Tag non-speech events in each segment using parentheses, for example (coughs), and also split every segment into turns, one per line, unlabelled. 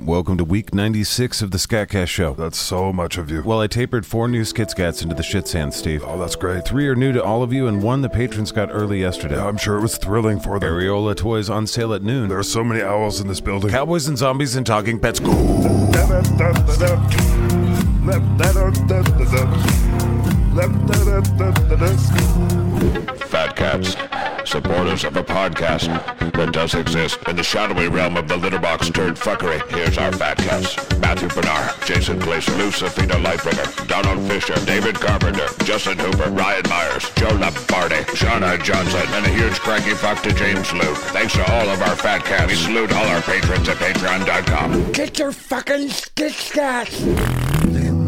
welcome to week 96 of the Scatcast Show.
That's so much of you.
Well, I tapered four new Skitscats into the shit sand, Steve.
Oh, that's great.
Three are new to all of you, and one the patrons got early yesterday.
Yeah, I'm sure it was thrilling for them.
Areola toys on sale at noon.
There are so many owls in this building.
Cowboys and zombies and talking pets. Go!
Fat Cats, supporters of a podcast that does exist in the shadowy realm of the litterbox turned fuckery. Here's our Fat Cats. Matthew Bernard, Jason Place, Lucifina Lightbringer, Donald Fisher, David Carpenter, Justin Hooper, Ryan Myers, Joe Lombardi, Shauna Johnson, and a huge cranky fuck to James Luke. Thanks to all of our Fat Cats. We salute all our patrons at patreon.com.
Get your fucking skit scats!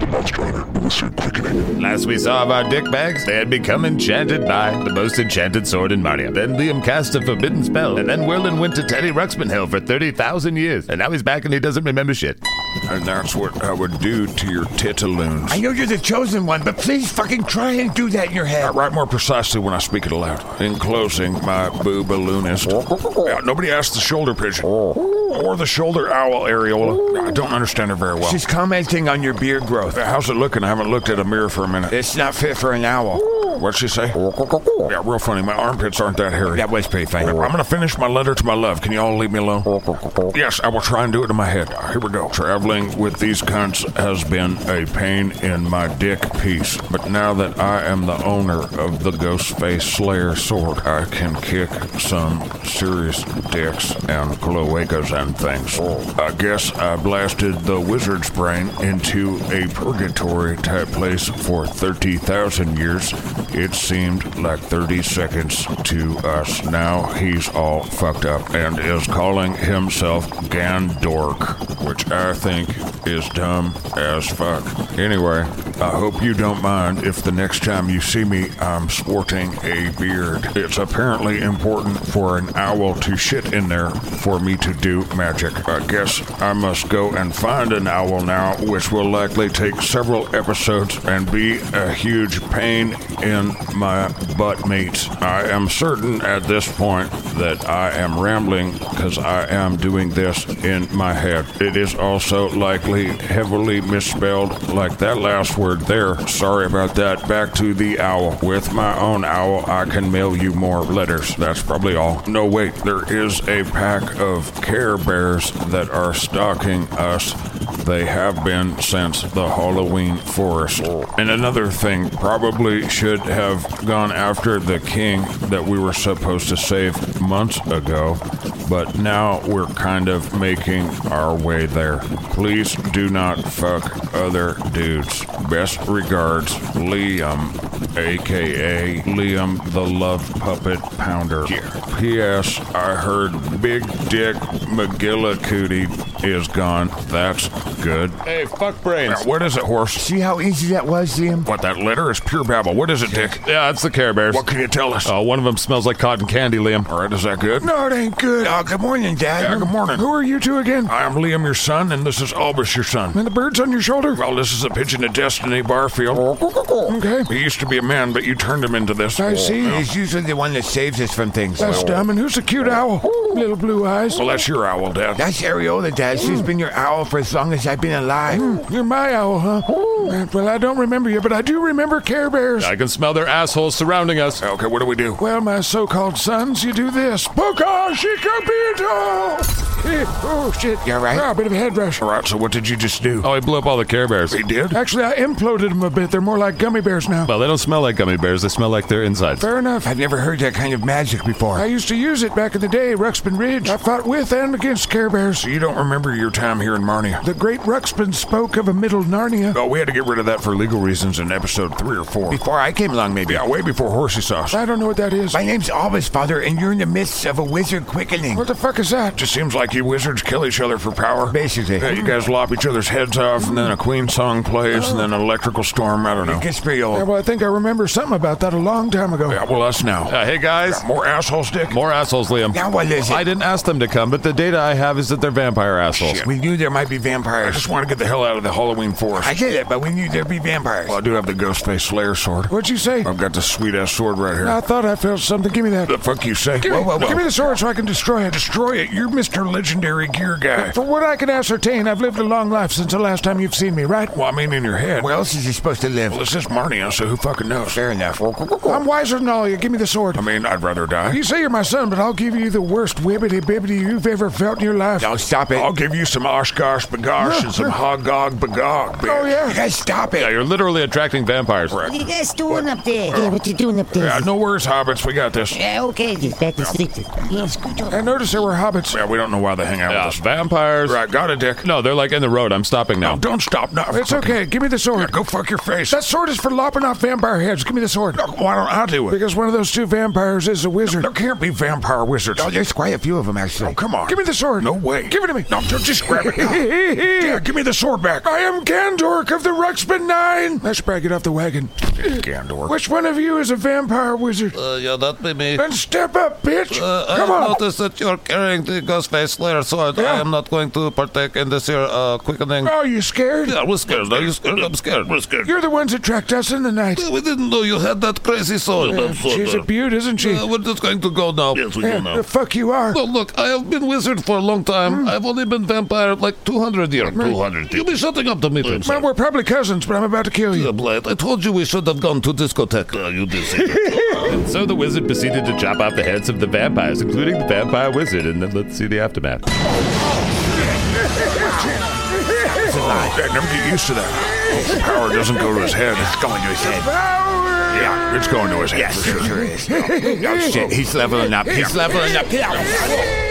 The Monster Hunter will soon quickening.
Last we saw of our dick bags, they had become enchanted by the most enchanted sword in Marnia. Then Liam cast a forbidden spell, and then Whirlin went to Teddy Ruxpin Hill for 30,000 years. And now he's back and he doesn't remember shit.
And that's what I would do to your titaloons.
I know you're the chosen one, but please fucking try and do that in your
I
head.
write more precisely when I speak it aloud. In closing, my booballoonist. Yeah, nobody asked the shoulder pigeon or the shoulder owl areola. I don't understand her very well.
She's commenting on your beard growth.
How's it looking? I haven't looked at a mirror for a minute.
It's not fit for an owl.
What'd she say? Yeah, real funny. My armpits aren't that hairy.
That was pretty funny.
I'm gonna finish my letter to my love. Can you all leave me alone? Yes, I will try and do it in my head. Here we go. Traveling with these cunts has been a pain in my dick piece. But now that I am the owner of the Ghostface Slayer sword, I can kick some serious dicks and cloacas and things. I guess I blasted the wizard's brain into a purgatory type place for 30,000 years. It seemed like 30 seconds to us. Now he's all fucked up and is calling himself Gandork, which I think is dumb as fuck. Anyway, I hope you don't mind if the next time you see me, I'm sporting a beard. It's apparently important for an owl to shit in there for me to do magic. I guess I must go and find an owl now, which will likely take several episodes and be a huge pain in my butt meat. I am certain at this point that I am rambling because I am doing this in my head. It is also likely heavily misspelled, like that last word there. Sorry about that. Back to the owl. With my own owl, I can mail you more letters. That's probably all. No, wait, there is a pack of Care Bears that are stalking us. They have been since the Halloween forest. And another thing, probably should have gone after the king that we were supposed to save months ago, but now we're kind of making our way there. Please do not fuck other dudes. Best regards, Liam, aka Liam the Love Puppet Pounder. P.S. I heard Big Dick McGillicuddy is gone. That's good.
Hey, fuck brains.
Now, what is it, horse?
See how easy that was, Liam?
What, that litter is pure babble. What is it, Dick?
Yeah, that's the Care Bears.
What can you tell us?
Oh, one of them smells like cotton candy, Liam.
All right, is that good?
No, it ain't good. Oh, good morning, Dad.
Yeah, Uh, good morning.
Who are you two again?
I am Liam, your son, and this is Albus, your son.
And the bird's on your shoulder?
Well, this is a pigeon of destiny,
Oh,
Barfield.
Okay.
He used to be a man, but you turned him into this.
I see.
Yeah.
He's usually the one that saves us from things.
That's dumb.
And who's the cute owl? Little blue eyes.
Well, that's your owl, Dad.
That's Areola, Dad. She's been your owl for as long as I've been alive.
You're my owl, huh?
Hmm.
Well, I don't remember you, but I do remember Care Bears.
I can smell their assholes surrounding us.
Okay, what do we do?
Well, my so-called sons, you do this. Puka Shikabito! Eh, Oh, shit.
You all right?
Ah, a bit of a head rush.
All right, so what did you just do?
Oh, he blew up all the Care Bears.
He did?
Actually, I imploded them a bit. They're more like gummy bears now.
Well, they don't smell like gummy bears. They smell like their insides.
Fair enough.
I've never heard that kind of magic before.
I used to use it back in the day, Ruxpin Ridge. I fought with and against Care Bears.
So you don't remember your time here in Marnia?
The great Ruxpin spoke of a middle Narnia.
Oh, we had to get rid of that for legal reasons in episode three or four.
before I came along, maybe.
Yeah, way before horsey sauce.
I don't know what that is.
My name's Albus, Father, and you're in the midst of a wizard quickening.
What the fuck is that?
Just seems like you wizards kill each other for power.
Basically.
Yeah, you guys lop each other's heads off, and then a Queen song plays, and then an electrical storm. I don't know.
It gets pretty
Yeah,
old.
well, I think I remember something about that a long time ago.
Yeah, well, us now.
Uh, hey guys,
More assholes, Dick.
more assholes, Liam.
Now what is it?
I didn't ask them to come, but the data I have is that they're vampire assholes.
We knew there might be
I
vampires.
just want to get the hell out of the Halloween forest.
I get it, but we knew there'd be vampires.
Well, I do have the Ghostface Slayer sword.
What'd you say?
I've got this sweet ass sword right here.
I thought I felt something. Give me that.
The fuck you say?
Give, me,
Whoa, whoa,
give
whoa.
me the sword so I can destroy it.
Destroy it. You're Mr. Legendary Gear Guy.
From what I can ascertain, I've lived a long life since the last time you've seen me, right?
Well, I mean, in your head.
Where else is he supposed to live?
Well, this is Marnia, so who fucking knows?
Fair enough.
I'm wiser than all of you. Give me the sword.
I mean, I'd rather die.
You say you're my son, but I'll give you the worst wibbity bibbity you've ever felt in your life.
No, stop it.
I'll give you some Oshkosh Bagosh and some Hogog Bagog,
Oh,
bitch.
yeah.
You guys stop it.
Yeah, you're literally attracting vampires.
Right.
What are you guys doing up there? Yeah, what you doing up there?
Yeah, no worries, hobbits. We got this.
Yeah, okay, just back to sleep. Yeah, scoot over.
I noticed there were hobbits.
Yeah, we don't know why they hang out
Yeah,
with us.
vampires.
Right, got it, Dick.
No, they're like in the road. I'm stopping now.
No, don't stop. No,
It's okay. Give me the sword.
Go fuck your face.
That sword is for lopping off vampire heads. Give me the sword.
Why don't I do it?
Because one of those two vampires is a wizard.
There can't be vampire wizards.
Oh, there's quite a few of them, actually.
Oh, Come on.
Give me the sword.
No way.
Give it to me.
No, don't just grab
(laughs)
it. yeah, give me the sword back.
I am Gandork of the Ruxpin Nine. I should probably get off the wagon.
Gandor.
Which one of you is a vampire wizard?
Uh, yeah, that be me.
Then step up, bitch.
Uh, I
Come on.
noticed that you're carrying the Ghostface Slayer sword.
Yeah.
I am not going to partake in this here uh, quickening.
Are Oh, you scared?
Yeah, we're scared. Are you scared? I'm scared. We're scared.
You're the ones that tracked us in the night.
we didn't know you had that crazy sword.
Uh, She's a beaut, isn't she?
Uh, we're just going to go now. Yes, we
Yeah, the fuck you are.
No, look, I have been wizard for a long time.
Hmm.
I've only been vampire like 200 years.
200
You'll be shutting up to me, Pimps.
Man, we're probably cousins, but I'm about to kill you.
Yeah, Blade, I told you we should have gone to discotheque. Uh, you did say that.
So the wizard proceeded to chop off the heads of the vampires, including the vampire wizard, and then let's see the aftermath.
Yeah, never get used to that. The power doesn't go to his head. It's going to his head.
Power!
Yeah, it's going to his head.
Yes,
for sure.
it sure is. No, no shit. He's leveling up. He's leveling up.
Yeah,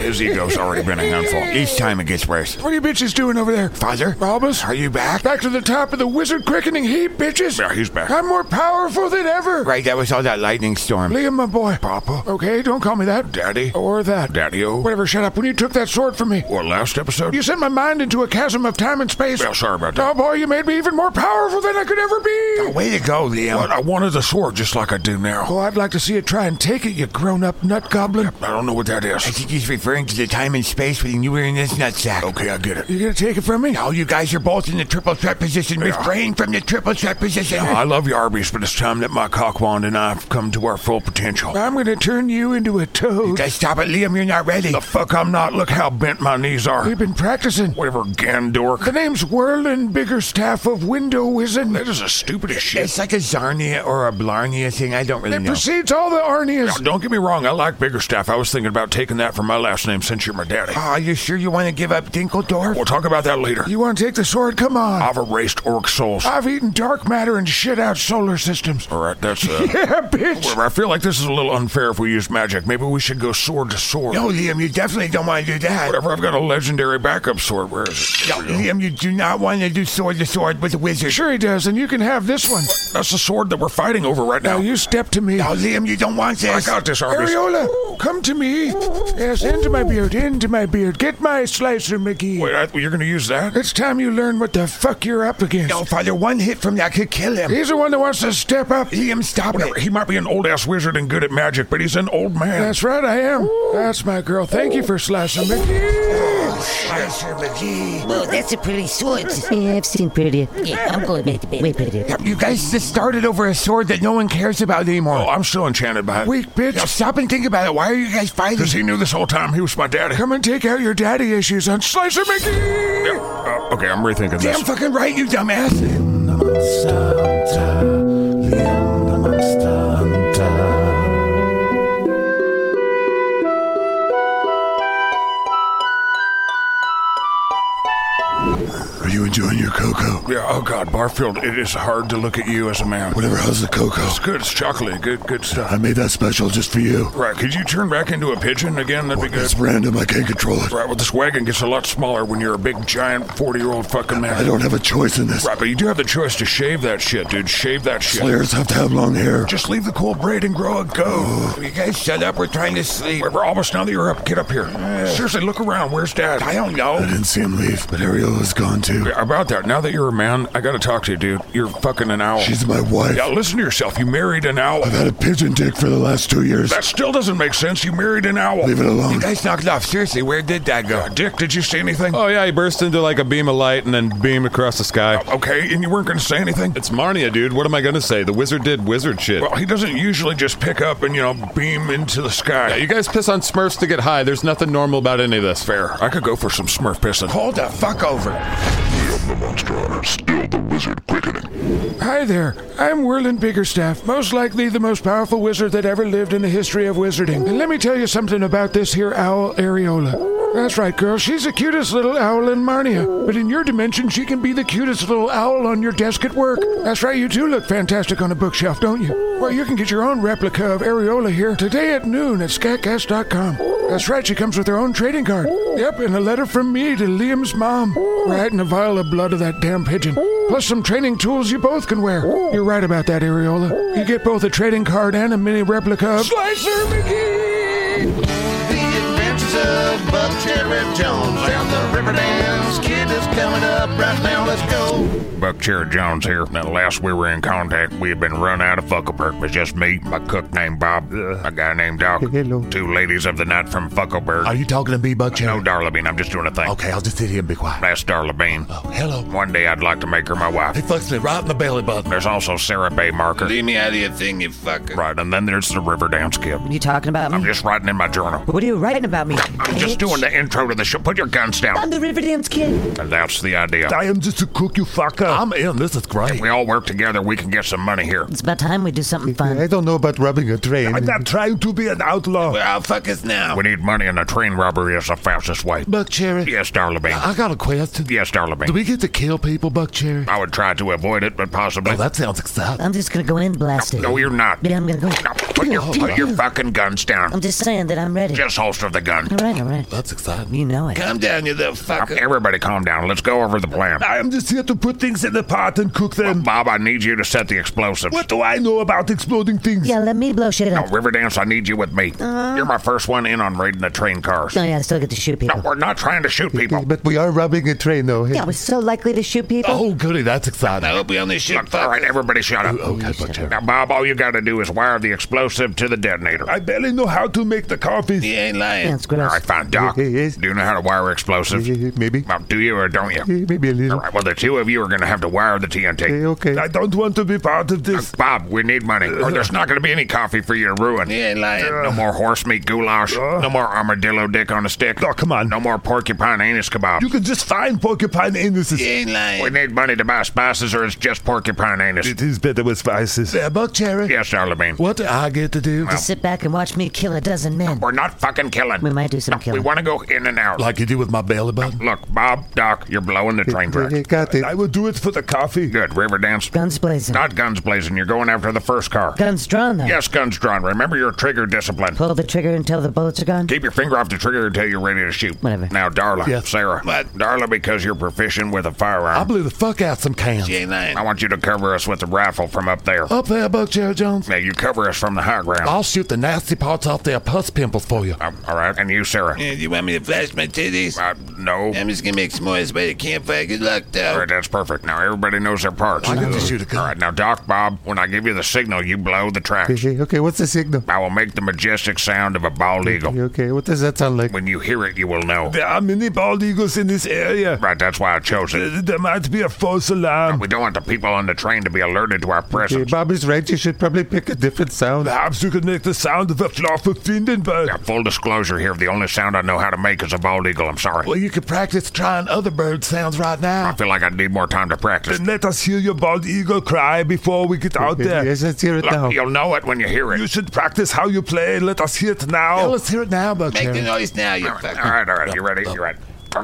his ego's Oh, already been a handful.
Each time it gets worse.
What are you bitches doing over there?
Father,
Albus?
are you back?
Back to the top of the wizard quickening heap, bitches.
Yeah, he's back.
I'm more powerful than ever.
Right, that was all that lightning storm.
Liam, my boy. Papa. Okay, don't call me that.
Daddy.
Or that.
Daddy-o.
Whatever, shut up. When you took that sword from me,
What, last episode?
you sent my mind into a chasm of time and space.
Yeah, sorry about
Oh
that.
boy, you made me even more powerful than I could ever be.
Way to go, Liam.
But I wanted the sword just like I do now.
Oh, I'd like to see you try and take it, you grown up nut goblin.
I don't know what that
I
is.
think he's referring to the time and space when you were in this nutsack.
Okay, I get it.
You gonna take it from me?
Oh, you guys are both in the triple threat position. Refrain from the triple threat position.
I love you, Arby's, but it's time that my cock wand and I have come to our full potential.
I'm gonna turn you into a toad.
Guys, stop it, Liam. You're not ready.
The fuck I'm not. Look how bent my knees are.
We've been practicing.
Whatever, Gandork.
The name's Whirlin Biggerstaff of Window Wizen.
That is the stupidest shit.
It's like a Zarnia or a Blarnia thing. I don't really
It
know.
precedes all the
Now,
Arnias.
don't get me wrong, I like bigger staff. I was thinking about taking that for my last name since you're my daddy.
Oh, you sure you want to give up Dinkledorf?
We'll talk about that later.
You wanna take the sword? Come on.
I've erased orc souls.
I've eaten dark matter and shit out solar systems.
All right, that's uh.
(laughs) Yeah, bitch.
I feel like this is a little unfair if we use magic. Maybe we should go sword to sword.
No, Liam, you definitely don't want to do that.
Whatever, I've got a legendary backup sword. Where is it?
No, Liam, you do not want to do sword to sword with a wizard.
Sure he does, and you can have this one.
That's the sword that we're fighting over right
Now
now.
you step to me.
No, Liam, you don't want
I
this.
got this, Arby's.
Ariola, come to me. Yes, into my beard, into my beard. Get my slicer, McGee.
Wait, I, you're gonna use that?
It's time you learn what the fuck you're up against.
No, Father, one hit from that could kill him.
He's the one that wants to step up.
Liam, stop
Whatever.
it.
He might be an old ass wizard and good at magic, but he's an old man.
That's right, I am. That's my girl. Thank you for slicing me.
Slicer McGee.
Whoa, that's a pretty sword. Yeah, Э, I've seen prettier. Yeah, I'm going back to bed. Way prettier.
You guys just started over a sword that no one cares about anymore.
oh, I'm still enchanted by it.
Weak
Now
bitch.
stop and think about it. Why are you guys fighting?
Because he knew this whole time he was my daddy.
Come and take out your daddy issues on Slicer McGee.
Uh, okay, I'm rethinking
Damn
this.
fucking right, you dumbass.
Are you enjoying your cocoa? Yeah. Oh God, Barfield, it is hard to look at you as a man. Whatever.
How's the cocoa?
It's good. It's chocolate. Good. Good stuff.
I made that special just for you.
Right. Could you turn back into a pigeon again? That'd be good.
It's random. I can't control it.
Right. Well, this wagon gets a lot smaller when you're a big, giant, forty-year-old fucking man.
I don't have a choice in this.
Right, but you do have the choice to shave that shit, dude. Shave that shit.
Slayers have to have long hair.
Just leave the cool braid and grow a go.
You guys shut up. We're trying to sleep.
We're almost now that you're up. Get up here. Seriously, look around. Where's Dad?
I don't
I
know.
didn't see him leave, but Ariel is gone.
on to.
Yeah, about that, now that you're a man, I gotta talk to you, dude. You're fucking an owl.
She's my wife.
yeah, listen to yourself. You married an owl.
I've had a pigeon dick for the last two years.
That still doesn't make sense. You married an owl.
Leave it alone.
Guys knocked off. Seriously, where did that go?
Dick, did you see anything?
Oh yeah, he burst into like a beam of light and then beamed across the sky.
okay, and you weren't gonna say anything?
It's Marnia, dude. What am I gonna say? The wizard did wizard shit.
Well, he doesn't usually just pick up and, you know, beam into the sky.
You guys piss on Smurfs to get high. There's nothing normal about any of this.
Fair. I could go for some Smurf pissin. Hold the fuck over.
Hi there. I'm Whirlin Biggerstaff, most likely the most powerful wizard that ever lived in the history of wizarding. And let me tell you something about this here owl areola. That's right, girl. She's the cutest little owl in Marnia. But in your dimension, she can be the cutest little owl on your desk at work. That's right, you two look fantastic on a bookshelf, don't you? Well, you can get your own replica of Areola here today at noon at scatcast.com. That's right, she comes with her own trading card. Yep, and a letter from me to Liam's mom. Right, and a vial of blood of that damn pigeon. Plus some training tools you both can wear. You're right about that, Areola. You get both a trading card and a mini replica of.
The Adventures of Buck Cherry Jones down the river dams. Kid is coming up right now. Let's go.
Buck Cherry Jones here. Now, last we were in contact, we had been run out of Fuckleberg. It's just me, my cook named Bob, a guy named Doc, Hello. two ladies of the night from Fuckleberg.
Are you talking to me, Buck
no,
Cherry?
Darla Bean, I'm just doing a thing.
Okay, I'll just sit here and be quiet.
That's Darla Bean.
Oh, hello.
One day I'd like to make her my
He
wife.
fucks me right in the belly button.
There's also Sarah Bay Marker.
Leave me out of your thing, you fucker.
Right, and then there's the River Dance Kid.
You talking about
I'm
me?
just writing in my journal.
What are you writing about me?
I'm just doing the intro to the show. Put your guns down.
I'm the Riverdance kid.
And that's the idea.
I am just a cook, you fucker. I'm in. This is great.
We all work together, we can get some money here.
It's about time we do something fun.
don't know about rubbing a train. I'm not trying to be an outlaw.
Where our fuckers now?
We need money, and a train robbery is the fastest way.
Buck Cherry,
Yes, Darla Bean.
I got a question.
Yes, Darla
Uh, Do
Bean.
we get to kill people, Buck Cherry?
I would try to avoid it, but possibly.
Oh, that sounds exciting.
I'm just gonna go in and blast it.
No, you're not.
Yeah, I'm gonna go.
No, put your, put your fucking guns down.
I'm just saying that I'm ready.
Just holster the gun.
All right, all right.
That's exciting.
You know it.
Calm down, you little fucker.
Everybody calm down. Let's go over the plan.
I am just here to put things in the pot and cook them.
Bob, I need you to set the explosives.
What do I know about exploding things?
Yeah, let me blow shit
No,
up.
Riverdance, I need you with me.
Uh-huh.
You're my first one in on raiding the train cars.
Oh yeah, I still get to shoot
No,
people.
we're not trying to shoot people.
But we are rubbing a train, though.
Yeah, we're so likely to shoot people.
Oh, goody, that's
I
exciting.
hope we only shoot
All right,
fuckers.
everybody shut up.
Oh, Okay, uh, Buck Cherry.
Now, Bob, all you gotta do is wire the explosive to the detonator.
I barely know how to make the coffee.
He ain't
Yeah,
lying.
it's
All
gross.
right, fine, Doc.
Yeah, yes.
Do you know how to wire explosives?
Maybe.
Well, do you or don't you?
Maybe a
All
little.
right, well, the two of you are going to have to wire the TNT.
Okay. I don't want to be part of this.
Bob, we need money, or there's not going to be any coffee for you to ruin.
He ain't lying.
No more horse meat goulash. No more armadillo dick on a stick.
Uh. Oh, come on.
No more porcupine anus kebab.
You can just find porcupine
He
anuses.
ain't lying.
We need money to buy spices, or it's just porcupine anus.
is better with spices. Uh, Buck Cherry,
Yes, Charlemagne.
what do I get to do?
Just sit back and watch me kill a dozen men.
We're not fucking killing.
We might do some
No, We
killing.
want to go in and out.
Like you do with my belly button?
Look, Bob, Doc, you're blowing the train track.
got it. I will do it for the coffee.
Good, river dance.
Guns blazing.
Not guns blazing. You're going after the first car.
Guns drawn though.
Yes, guns drawn. Remember your trigger discipline.
Pull the trigger until the bullets are gone.
Keep your finger off the trigger until you're ready to shoot.
Whatever.
Now, Darla,
Yes.
Sarah,
What?
Darla, because you're proficient with a
I
firearm,
blew the fuck out some cans.
He ain't lying.
I want you to cover us with the rifle from up there.
Up there, Buck Cherry Jones.
Now, you cover us from the high ground.
I'll shoot the nasty parts off their pus pimples for you.
Uh, all right, and you, Sarah.
Yeah, you want me to flash my titties?
Uh, no.
I'm just gonna make s'mores by the campfire. Good luck,
All
though.
right, that's perfect. Now everybody knows their parts.
I got to shoot a gun.
All right, now, Doc Bob, when I give you the signal, you blow the tracks.
Okay, what's the signal?
I will make the majestic sound of a bald eagle.
Okay, what does that sound like?
When you hear it, you will know.
There are many bald eagles in this area.
Right, that's why I chose it.
There might be a false alarm.
We don't want the people on the train to be alerted to our presence.
Bob is right. You should probably pick a different sound. Perhaps you could make the sound of a flock of Findenberg.
Yeah, full disclosure here, the only sound I know how to make is a bald eagle. I'm sorry.
Well, you could practice trying other bird sounds right
I
now.
feel like I need more time to practice.
Then let us hear your bald eagle cry before we get out there. Yes, let's hear it
Look, You'll know it when you hear it.
You should practice how you play. Let us hear it now. Yeah, let's hear it now, Buck
Make the
Cherry.
noise now, you
all
fucker.
right, all right. You ready? You ready?
Oh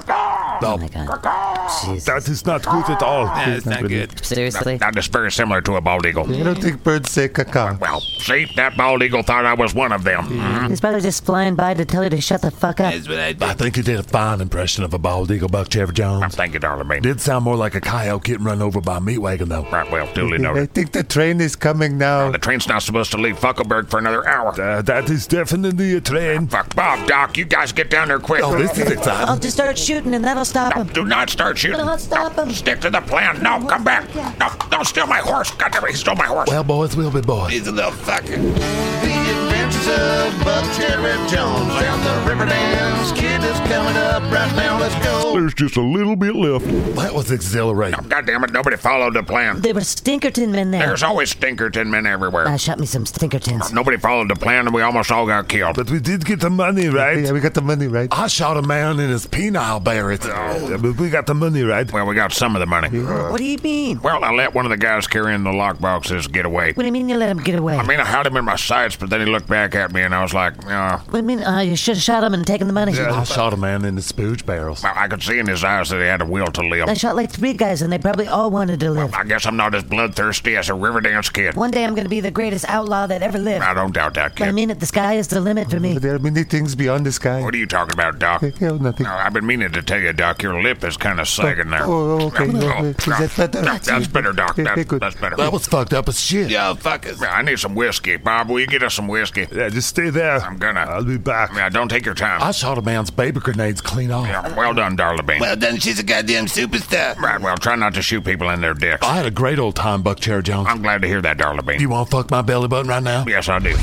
my god. Jesus.
That is not good at all.
Nah, it's not good.
Seriously?
That is very similar to a bald eagle.
I don't think birds say caca.
Well, see, that bald eagle thought I was one of them.
Mm-hmm.
Mhm.
He's probably just flying by to tell you to shut the fuck up.
That's what I do.
I think you did a fine impression of a bald eagle, Buck Cherry Jones.
Thank you, darling man.
Did sound more like a coyote getting run over by a meat wagon, though.
Right, well,
Mm-hmm.
duly noted.
think the train is coming now.
The train's not supposed to leave Fuckleberg for another hour.
that is definitely a train.
Fuck, Bob, Doc, you guys get down there quick.
Oh, this is exciting.
I'll just start start shooting and that'll stop him.
Do not start shooting.
Don't stop him.
Stick to the plan. No, come back. No, don't steal my horse. God damn it, he stole my horse.
Well, boys, we'll be boys.
These are the fucking The Adventures of Buck Cherry Jones and the Riverdance Kid is coming up right now. Let's go.
There's just a little bit left.
That was exhilarating.
God damn it, nobody followed the plan.
There were Stinkerton men there.
There's always Stinkerton men everywhere.
I shot me some Stinkertons.
Nobody followed the plan and we almost all got killed.
But we did get the money, right?
Yeah, we got the money right.
I shot a man in his penile barrett. Yeah, but we got the money right.
Well, we got some of the money.
What do you mean?
Well, I let one of the guys carrying the lockboxes get away.
What do you mean you let him get away?
I mean, I had him in my sights, but then he looked back at me and I was like, uh,
What do you mean? Uh, you should have shot him and taken the money. Oh,
I shot a man in his spooge barrels.
well, I could see in his eyes that he had a will to live.
I shot like three guys and they probably all wanted to live.
I guess I'm not as bloodthirsty as a Riverdance kid.
One day I'm going to be the greatest outlaw that ever lived.
I don't doubt that,
But I
kid.
mean it, the sky is the limit for me.
There are many things beyond the sky.
What are you talking about, Doc?
Yeah, nothing.
No, I've been meaning to tell you, Doc, your lip is kind of sagging there.
Oh, oh, okay.
No,
Uh, is that better?
no, that's better, Doc.
Okay,
That's,
good.
that's better.
That was fucked up as shit.
yeah, fuck it. I need some whiskey. Bob, will you get us some whiskey?
Yeah, just stay there.
I'm gonna.
I'll be back.
Yeah, don't take your time.
I shot a man's baby grenades clean off.
Yeah, well done, Darla Bean.
Well done, she's a goddamn superstar.
right, well, try not to shoot people in their dicks.
I had a great old time, Buck Cherry Jones.
I'm glad to hear that, Darla Bean.
you want to fuck my belly button right now?
yes, I do.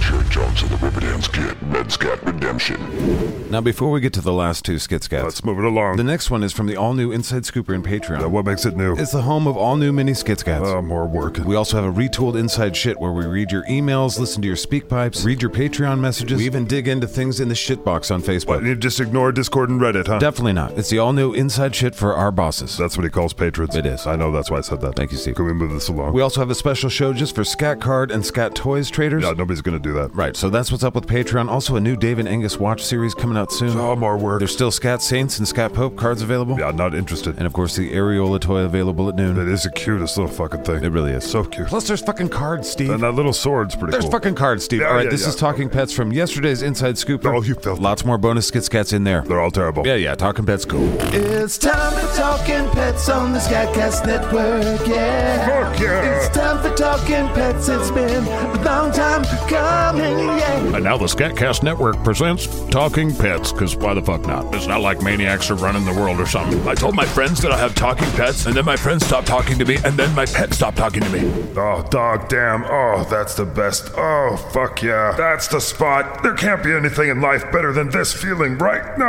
Cherry Jones and the Riverdance Kid, Red Scat Redemption.
Now, before we get to the last two Skit Scats,
Let's move it along.
the next one is from the all new Inside Scooper and Patreon.
Uh, what makes it new?
It's the home of all new mini Skit Scats.
Uh, more work.
We also have a retooled Inside Shit where we read your emails, listen to your speak pipes, read your Patreon messages. We even dig into things in the shitbox on Facebook.
You just ignore Discord and Reddit, huh?
Definitely not. It's the all new Inside Shit for our bosses.
That's what he calls patrons.
It is.
I know that's why I said that.
Thank you, Steve.
Can we move this along?
We also have a special show just for Scat Card and Scat Toys traders.
yeah, nobody's gonna do that.
Right, so that's what's up with Patreon. Also, a new Dave and Angus watch series coming out soon.
Oh, more work.
There's still Scat Saints and Scat Pope cards available.
Yeah, not interested.
And of course, the Areola toy available at noon.
It is the cutest little fucking thing.
It really is.
so cute.
Plus, there's fucking cards, Steve.
And that little sword's pretty
There's
cool.
fucking cards, Steve.
Yeah,
all right,
yeah,
this
yeah.
is Talking Pets from yesterday's Inside Scoop.
Oh, you filthy-
Lots more bonus skits cats in there.
They're all terrible.
Yeah, yeah, Talking Pets, cool.
It's time for talking pets on the Skycast Network. Yeah.
Fuck yeah!
time for talking pets. It's been a long time coming. Yeah.
And now the Scatcast Network presents Talking Pets, because why the fuck not?
It's not like maniacs are running the world or something.
I told my friends that I have talking pets, and then my friends stopped talking to me, and then my pet stopped talking to me.
Oh, dog, damn. Oh, that's the best. Oh, fuck yeah. That's the spot. There can't be anything in life better than this feeling right now.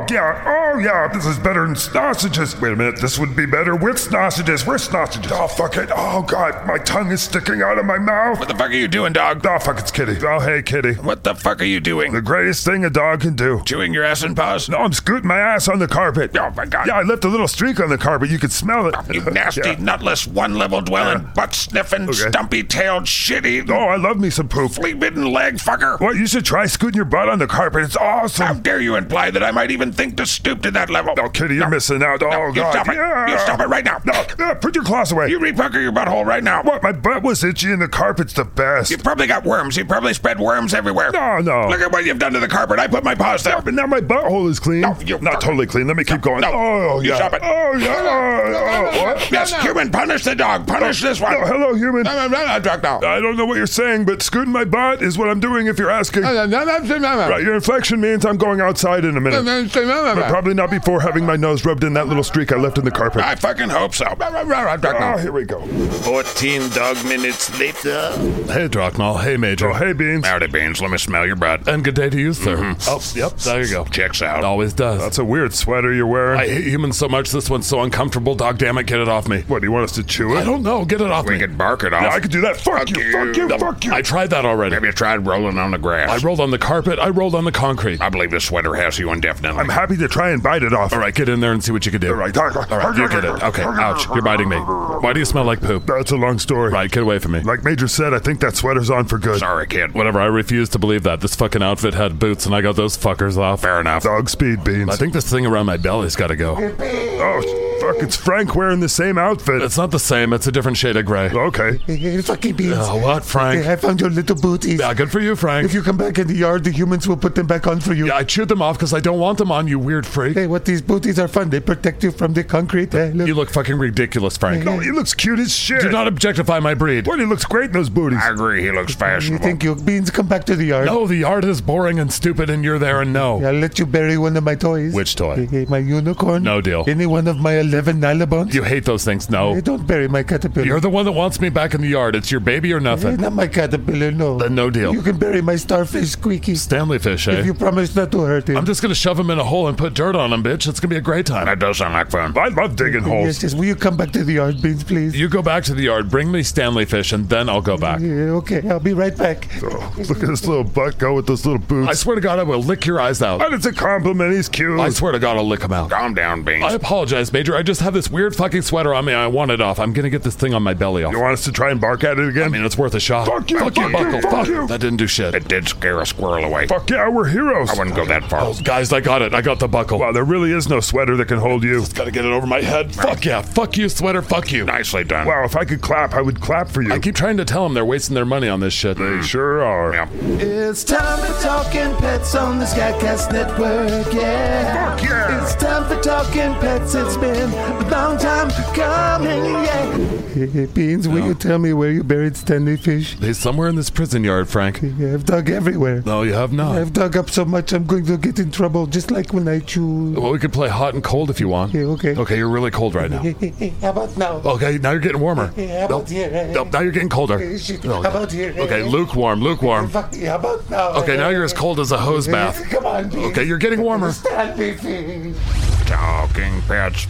Oh, yeah. Oh, yeah. This is better than sausages. Wait a minute. This would be better with sausages. We're sausages. Oh, fuck it. Oh, God. My tongue is sticking out of my mouth.
What the fuck are you doing, dog?
Oh, fuck. It's kitty. Oh, hey, kitty.
What the fuck are you doing?
The greatest thing a dog can do.
Chewing your ass and paws?
No, Oh, I'm scooting my ass on the carpet.
Oh my god.
Yeah, I left a little streak on the carpet. You could smell it.
You nasty,
(laughs) Yeah.
nutless, one level dwelling,
Yeah.
butt sniffing,
Okay.
stumpy tailed, shit eating,
Oh, I love me some poop.
flea bitten leg fucker.
What? You should try scooting your butt on the carpet. It's
How
awesome.
dare you imply that I might even think to stoop to that level?
Oh, kitty, you're missing out. Oh,
you
God.
stop it.
Yeah.
You stop it right now.
No, yeah, put your claws away.
You repucker your butthole right now.
what? My butt was itchy and the carpet's the best.
You probably got worms. You probably spread worms everywhere.
no, no.
Look at what you've done to the carpet. I put my paws there.
but now my butthole is clean.
No, you
Not
fucker.
totally clean. Let me keep going.
No.
Oh,
You
yeah.
stop it.
Oh, yeah. Oh, oh, what?
yes, human, punish the dog. Punish this one.
No, hello, human.
No, no, no, no, dog, no.
I don't know what you're saying, but scooting my butt is what I'm doing if you're asking. Right, your inflection means I'm going outside in a minute. But probably not before having my nose rubbed in that little streak I left in the carpet.
I fucking hope so.
Oh, here we go.
14 dog minutes later. Hey, Drachmal. Hey, Major.
Oh, hey, Beans.
Howdy, Beans. Let me smell your butt.
And good day to you, sir. Oh, yep. There you go.
Checks Mm-hmm. out.
It always does.
That's a weird sweater you're wearing.
I hate humans so much. This one's so uncomfortable. Dog damn it, get it off me.
What, do you want us to chew
I
it?
don't know. Get it off
We
me.
could bark it off.
Yeah, I could do that. Fuck you, fuck you, fuck you.
I tried that already.
Have you tried rolling on the grass?
I rolled on the carpet. I rolled on the concrete.
I believe this sweater has you indefinitely.
I'm happy to try and bite it off.
All right, get in there and see what you can do.
All right. All right.
All right, you get it. Okay, ouch. You're biting me. Why do you smell like poop?
That's a long story.
Right, get away from me.
Like Major said, I think that sweater's on for good.
Sorry, kid.
Whatever, I refuse to believe that. This fucking outfit had boots and I got those fuckers off.
Fair enough.
Dog speed, Beans.
I think this thing around my belly's gotta go.
Oh,
Fuck, it's Frank wearing the same outfit.
It's not the same. It's a different shade of gray.
Okay.
Fucking beans.
Oh, what, Frank?
I found your little booties.
Yeah, good for you, Frank.
If you come back in the yard, the humans will put them back on for you.
I chewed them off because I don't want them on you, weird freak.
Hey, what these booties are fun. They protect you from the concrete. Eh, look.
You look fucking ridiculous, Frank.
No, he looks cute as shit.
Do not objectify my breed.
Boy, he looks great in those booties.
I agree, he looks
You
fashionable.
think you beans come back to the yard?
No, the yard is boring and stupid, and you're there and no.
I'll let you bury one of my toys.
Which
Hey,
toy?
hey, my unicorn.
No deal.
Any one of my 11 nylabons.
You hate those things, no.
Hey, don't bury my caterpillar.
You're the one that wants me back in the yard. It's your baby or
Hey,
nothing.
not my caterpillar, no.
Then no deal.
You can bury my starfish, Squeaky.
Stanley fish,
If
eh?
you promise not to hurt him.
I'm just gonna shove him in a hole and put dirt on him, bitch. It's gonna be a great time.
That does sound like fun.
I love digging holes.
Yes, yes. Will you come back to the yard, Beans, please?
You go back to the yard, bring me Stanley fish, and then I'll go back.
Yeah, okay, I'll be right back.
Oh, look at this little butt go with those little
I
boots.
swear to God, I will lick your eyes out.
But it's a compliment. He's cute.
I swear to God, I'll lick him out.
Calm down, Beans.
I apologize, Major. I just have this weird fucking sweater on me. I want it off. I'm gonna get this thing on my belly off.
you want us to try and bark at it again?
I mean, it's worth a shot.
Fuck you, fuck you,
Buckle.
fuck you.
That didn't do shit.
it did scare a squirrel away.
Fuck yeah, we're heroes.
I wouldn't go that far.
Oh, guys, I got it. I got the buckle.
Wow, there really is no sweater that can hold you.
Just gotta get it over my head. Fuck yeah. Fuck you, sweater. Fuck you.
Nicely done.
Wow, if I could clap, I would clap for you.
I keep trying to tell them they're wasting their money on this shit.
They sure are.
Yeah.
It's time for talking pets on the Skycast Network, yeah.
Fuck yeah.
It's time for talking pets. It's been a long time coming, yeah. Hey, hey, Beans, will you tell me where you buried Stanley Fish?
He's somewhere in this prison yard, Frank.
I've dug everywhere.
No, you have not.
I've dug up so much, I'm going to get in trouble, just like when I chew.
Well, we could play hot and cold if you want.
Yeah, okay.
Okay, you're really cold right now.
Hey, hey, hey, (laughs) how about now?
Okay, now you're getting warmer.
Hey, how about here? eh?
Oh. Nope, now you're getting colder.
Hey, shit,
No,
How about here? eh?
Okay, lukewarm, lukewarm.
Fuck, how about now?
Okay, now
eh?
you're as cold as a hose bath.
Come on, Beans.
Okay, you're getting warmer.
Stanley Fish.
Talking pets.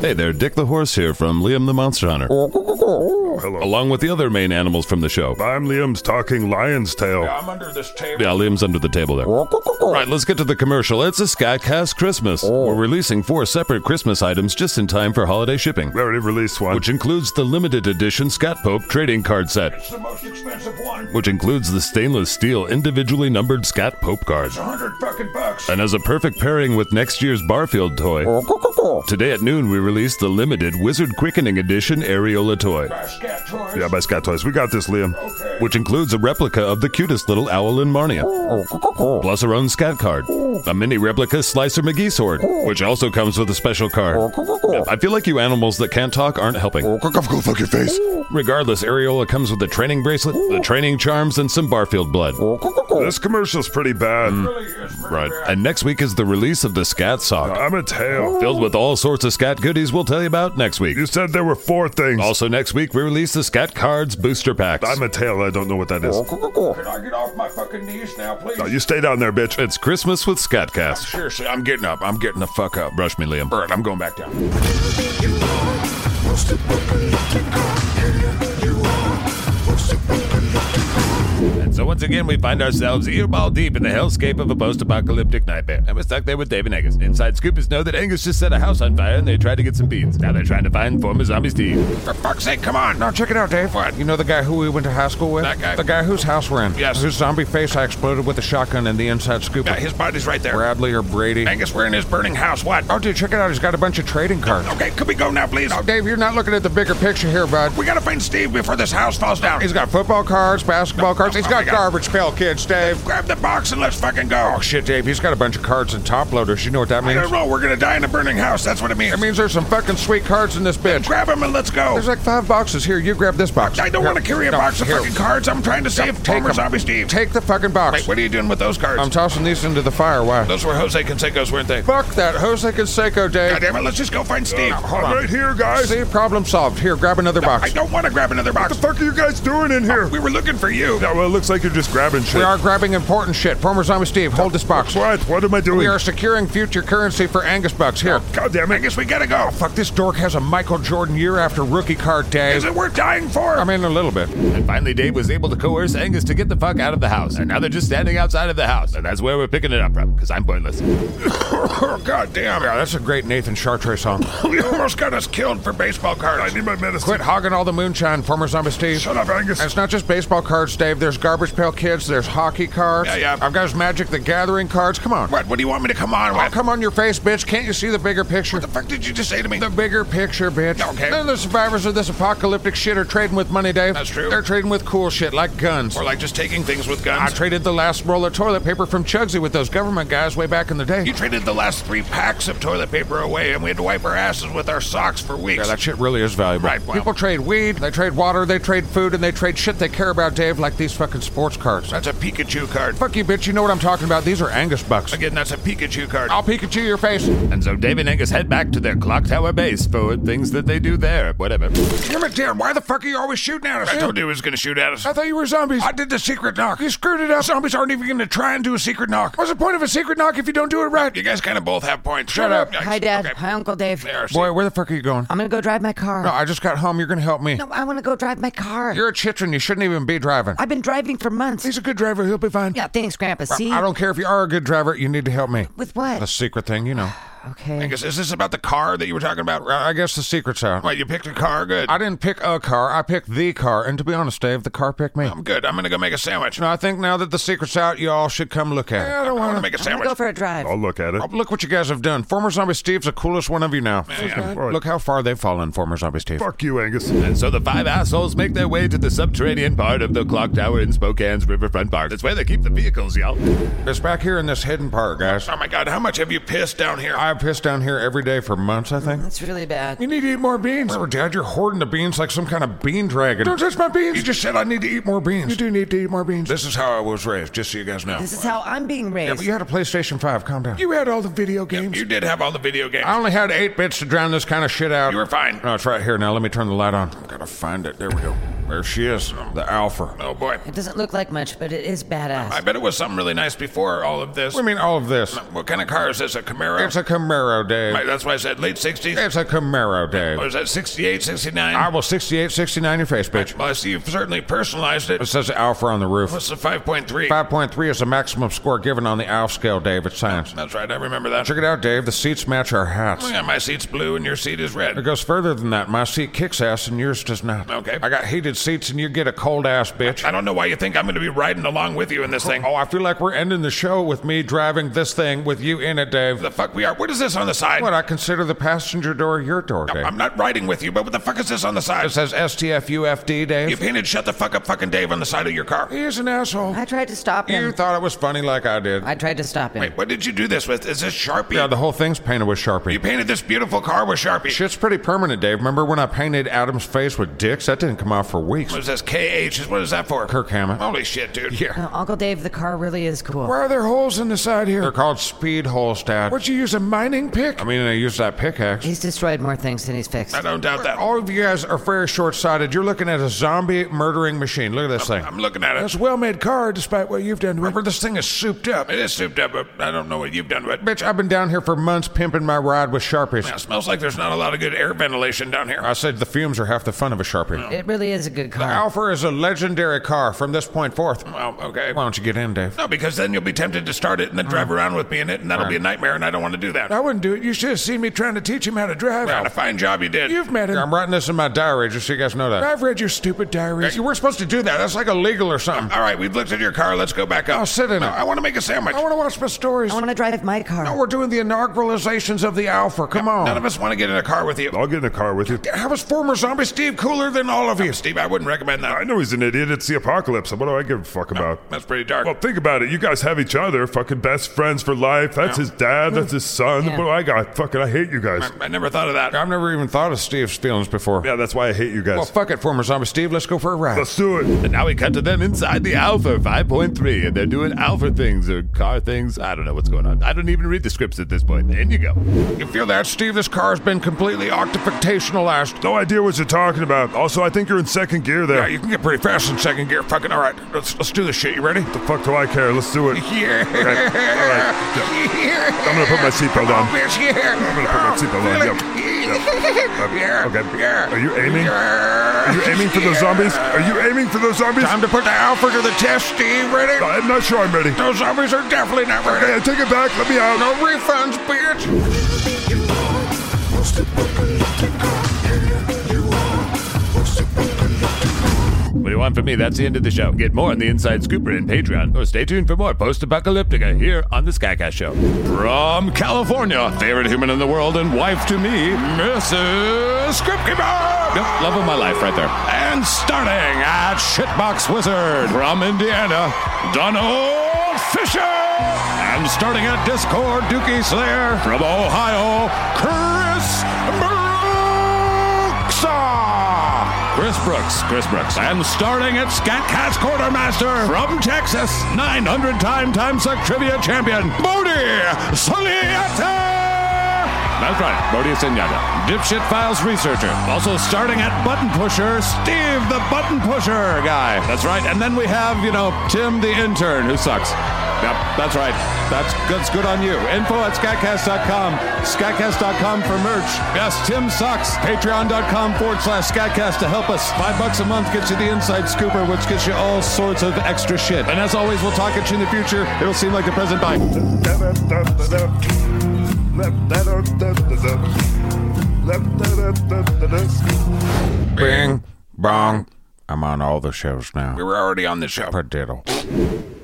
Hey there, Dick the Horse here from Liam the Monster Hunter.
Oh,
Along with the other main animals from the show.
I'm Liam's talking lion's tail.
I'm under this table.
Yeah, Liam's under the table there. Right, let's get to the commercial. It's a Skycast Christmas. We're releasing four separate Christmas items just in time for holiday shipping,
We already released one.
which includes the limited edition Scott Pope trading card set,
It's the most expensive one.
which includes the stainless steel individually numbered Scott Pope card.
It's a hundred fucking bucks.
And as a perfect pairing with next year's Barfield toy, today at noon we release the limited Wizard Quickening Edition Areola toy,
Basket toys.
Yeah, by Scott Toys. We got this, Liam.
which includes a replica of the cutest little owl in Marnia, plus her own scat card, a mini replica Slicer McGee sword, which also comes with a special card. I feel like you animals that can't talk aren't helping.
Go fuck your face.
Regardless, Areola comes with a training bracelet, the training charms, and some Barfield blood.
Oh,
Mm.
This commercial's pretty bad.
Right. And next week is the release of the Scat Sock,
I'm a tail.
filled with all sorts of scat goodies we'll tell you about next week.
You said there were four things.
Also, next week, we release the Scat Cards Booster Packs.
I'm a tail. I don't know what that is.
Can I get off my fucking knees now, please?
No, you stay down there, bitch.
it's Christmas with Scatcast.
Seriously, I'm getting up. I'm getting the fuck up.
Brush me, Liam.
All right, I'm going back down.
And so once again, we find ourselves earball deep in the hellscape of a post-apocalyptic nightmare. And we're stuck there with Dave and Angus. Inside scoopers know that Angus just set a house on fire and they tried to get some beans. Now they're trying to find former zombie Steve.
For fuck's sake, come on.
No, check it out, Dave. What? You know the guy who we went to high school with?
That guy.
The guy whose house we're in.
Yes.
Whose zombie face I exploded with a shotgun in the inside scoop.
Yeah, his body's right there.
Bradley or Brady.
Angus, we're in his burning house. What?
Oh, dude, check it out. He's got a bunch of trading cards.
Okay, could we go now, please?
Oh, Dave, you're not looking at the bigger picture here, bud.
We gotta find Steve before this house falls down.
He's got football cards, basketball cards. He's
oh
got
my God.
garbage pail kids, Dave.
Grab the box and let's fucking go.
Oh, shit, Dave. He's got a bunch of cards and top loaders. You know what that
I
means?
don't know. We're gonna die in a burning house. That's what it means.
It means there's some fucking sweet cards in this bitch.
grab him and let's go.
There's like five boxes here. You grab this box.
I don't
Here.
want to carry a
No,
box of
here.
fucking cards. I'm trying to save
take
Homer
'em.
Zombie Steve.
Take the fucking box.
Wait, what are you doing with those cards?
I'm tossing these into the fire. Why?
those were Jose Canseco's, weren't they?
Fuck that. Jose Canseco,
God
Dave.
damn it, let's just go find Steve.
I'm right here, guys.
See, problem solved. Here, grab another
I
box.
don't want to grab another box.
What the fuck are you guys doing in here?
We were looking for you.
Yeah, well, it looks like you're just grabbing
We
shit.
are grabbing important shit. Former Zombie Steve, hold this box.
What? What am I doing?
We are securing future currency for Angus bucks. Here.
God damn
I
it.
guess we gotta go.
Fuck, this dork has a Michael Jordan year after rookie card,
Is
Dave.
it worth dying for?
I mean, a little bit.
And finally, Dave was able to coerce Angus to get the fuck out of the house. And now they're just standing outside of the house. And that's where we're picking it up from, because I'm pointless.
oh, God damn.
Yeah, that's a great Nathan Chartre song.
(coughs) You almost got us killed for baseball cards. I need my medicine.
Quit hogging all the moonshine, former Zombie Steve.
Shut up, Angus.
And it's not just baseball cards, Dave. There's garbage pail
Trail Kids. There's hockey cards.
Yeah, yeah.
I've got his Magic the Gathering cards. Come on.
What? What do you want me to come on with?
Oh, come on your face, bitch. Can't you see the bigger picture? What the
fuck did you just say to me?
The bigger picture, bitch.
Okay.
None of the survivors of this apocalyptic shit are trading with money, Dave.
That's true.
They're trading with cool shit, like guns.
Or like just taking things with
I
guns.
traded the last roll of toilet paper from Chugsy with those government guys way back in the day.
you traded the last three packs of toilet paper away, and we had to wipe our asses with our socks for weeks.
Yeah, that shit really is valuable.
Right, wow.
People trade weed, they trade water, they trade food, and they trade shit they care about, Dave, like these fucking sports cards.
That's a Pikachu card.
Fuck you, bitch. You know what I'm talking about. These are Angus bucks.
Again, that's a Pikachu card.
I'll Pikachu your face.
And so Dave and Angus head back to their clock tower base for things that they do there, whatever.
Damn it, dear. Why the fuck are you always shooting at us?
I told you he was gonna shoot at us.
I thought you were zombies.
I did the secret knock.
You screwed it up.
Zombies aren't even gonna try and do a secret knock.
What's the point of a secret knock if you don't do it right?
You guys kind of both have points.
Shut up.
Yikes.
Hi, Dad.
Okay.
Hi, Uncle Dave.
There, see?
Boy, where the fuck are you going?
I'm gonna go drive my car.
No, I just got home. You're gonna help me.
No, I wanna go drive my car.
You're a chitrin. You shouldn't even be driving.
I've been driving for months.
He's a good driver. He'll be fine.
yeah, thanks, Grandpa. See?
I don't care if you are a good driver. You need to help me.
With what?
The secret thing, you know.
okay.
Angus, is this about the car that you were talking about?
I I guess the secret's out.
Wait, you picked a car? Good.
I didn't pick a car. I picked the car. And to be honest, Dave, the car picked me.
I'm good. I'm gonna go make a sandwich.
No, I think now that the secret's out, you all should come look at it.
I don't
I'm
want
gonna
to.
make a
I'm gonna
sandwich.
go for a drive.
I'll look at it.
Oh, look what you guys have done. Former Zombie Steve's the coolest one of you now.
Yeah.
Right.
Look how far they've fallen, former Zombie Steve.
Fuck you, Angus.
And so the five assholes make their way to the subterranean part of the clock tower in Spokane's Riverfront Park. That's where they keep the vehicles, y'all.
It's back here in this hidden part, guys.
Oh my God, how much have you pissed down here?
I've pissed down here every day for months, I think.
That's really bad.
You need to eat more beans. Remember, Dad, you're hoarding the beans like some kind of bean dragon.
Don't touch my beans.
You just said I need to eat more beans.
You do need to eat more beans.
This is how I was raised, just so you guys know.
This is how I'm being
Yeah,
raised.
but you had a PlayStation 5. Calm down.
You had all the video games.
You did have all the video games.
I only had eight bits to drown this kind of shit out.
You were fine.
No, it's right here. Now let me turn the light on.
Gotta find it. There we go. There she is.
The alpha.
Oh boy.
It doesn't look like much, but it is badass.
I bet it was something really nice before all of this.
What do you mean all of this?
What kind of car is this? A Camaro?
It's a Camaro, Dave.
Right, that's why I said late 60s.
It's a Camaro, Dave.
Was that 68, 69?
I will 68, 69 your face, bitch.
Well, I see you've certainly personalized
It
it.
says alpha on the roof.
What's the 5.3?
5.3 is the maximum score given on the ALF scale, Dave. It's science.
That's right, I remember that.
Check it out, Dave. The seats match our hats.
Yeah, my seat's blue and your seat is
It
red.
goes further than that. My seat kicks ass and yours does not.
Okay.
I got heated seats and you get a cold ass, bitch.
I don't know why you think I'm going to be riding along with you in this thing.
Oh, I feel like we're ending the show with me driving this thing with you in it, Dave.
the fuck we are? What is this on the side?
What I consider the passenger door your door, Dave.
I'm not riding with you, but what the fuck is this on the
It
side?
says STFUFD,
You
Dave.
painted shut the fuck up fucking Dave on the side of your car.
He is an asshole.
I tried to stop him.
You thought it was funny like I did.
I tried to stop him.
Wait, what did you do this with? Is this Sharpie?
Yeah, the whole thing's painted with
you
Sharpie.
painted this beautiful car with Sharpie.
Shit's pretty permanent, Dave. Remember when I painted Adam's face with dicks? That didn't come off for weeks.
What is this? KH? What is that for?
Kirk Hammett.
Holy shit, dude.
Yeah.
No, Uncle Dave, the car really is cool.
Why are there holes in the side
They're
here?
called speed holes, Dad.
What'd you use a mining pick?
I mean, they use that pickaxe.
He's destroyed more things than he's fixed.
I don't doubt that.
All of you guys are very short-sighted. You're looking at a zombie murdering machine. Look at this thing.
I'm looking at it.
That's a well-made car, despite what you've done to it.
Remember, this thing is souped up.
It is souped up, but I don't know what you've done to it.
Bitch, I've been down here for months pimping my ride with Sharpies.
Yeah, it smells like there's not a lot of good air ventilation down here.
I said the fumes are half the fun of a Sharpie.
It really is a good car.
Alpha is a legendary car from this point forth.
Well, okay.
Why don't you get in, Dave? Hmm.
No, because then you'll be tempted to start it and then drive around with me in it, and that'll be a nightmare, and I don't want to do that.
I wouldn't do it. You should have seen me trying to teach him how to drive.
What a fine job you did.
You've met him.
I'm writing this in my diary just so you guys know that.
I've read your stupid diaries.
You were supposed to do that. That's like illegal or something.
All right, we've looked at your car. Let's go back up.
I'll sit in
No,
it.
I want to make a sandwich.
I want to watch my stories.
I want to drive my car.
Now we're doing the inauguralizations of the Alpha. Come on.
None of us want to get in a car with you.
I'll get in a car with you.
How is former zombie Steve cooler than all of you?
Steve, I wouldn't recommend
I
that.
know he's an idiot. It's the apocalypse. What do I give a fuck about?
That's pretty dark.
Well, think about it. You guys have each other. Fucking best friends for life. That's his dad. That's his son.
Yeah.
What do I got? Fucking, I hate you guys.
I never thought of that.
I've never even thought of Steve's feelings before.
Yeah, that's why I hate you guys.
Well, fuck it, former zombie Steve. Let's go for a ride.
Let's do it.
And now we cut to them inside the Alpha 5.3, and they're doing Alpha things or car things. I don't know what's going on. I don't even read the scripts at this point. In you go.
You feel that, Steve? This car has been completely octifactationalized.
No idea what you're talking about. Also, I think you're in second gear
Yeah,
there.
you can get pretty fast in second gear. Fucking all right. Let's let's do this shit. You ready?
the fuck do I care? Let's do it.
Yeah.
Okay. All right. Yeah. I'm gonna put my seatbelt on.
bitch, yeah. I'm
gonna put my seatbelt on,
Yeah. Yeah.
Okay.
Yeah.
Are you aiming?
Yeah.
Are you aiming for those zombies? Are you aiming for those zombies?
Time to put the Alpha to the test, Steve. Ready?
I'm not sure I'm ready.
Those zombies are definitely not ready.
Hey, take it back. Let me out.
No refunds, bitch.
What do you want? on for me. That's the end of the show. Get more on the Inside Scooper in Patreon, or stay tuned for more Post Apocalyptica here on the Skycast Show. From California, favorite human in the world and wife to me, Mrs. Scriptkeeper! Yep, love of my life right there. And starting at Shitbox Wizard from Indiana, Donald Fisher! And starting at Discord, Dookie Slayer from Ohio, Chris Brooks. Chris Brooks, Chris Brooks. And starting at Scatcast Quartermaster from Texas, 900 time time suck trivia champion, Bodie Soliata. That's right, Bodhi Senyata. Dipshit Files researcher. Also starting at Button Pusher, Steve the Button Pusher guy. That's right, and then we have, you know, Tim the intern who sucks. Yep, that's right. That's, that's good on you. Info at scatcast.com, scatcast.com for merch. Yes, Tim sucks. Patreon.com forward slash scatcast to help us. Five bucks a month gets you the inside scooper, which gets you all sorts of extra shit. And as always, we'll talk at you in the future. It'll seem like the present. Bye.
Bing, bong. I'm on all the shows now.
We were already on the show.
Padiddle.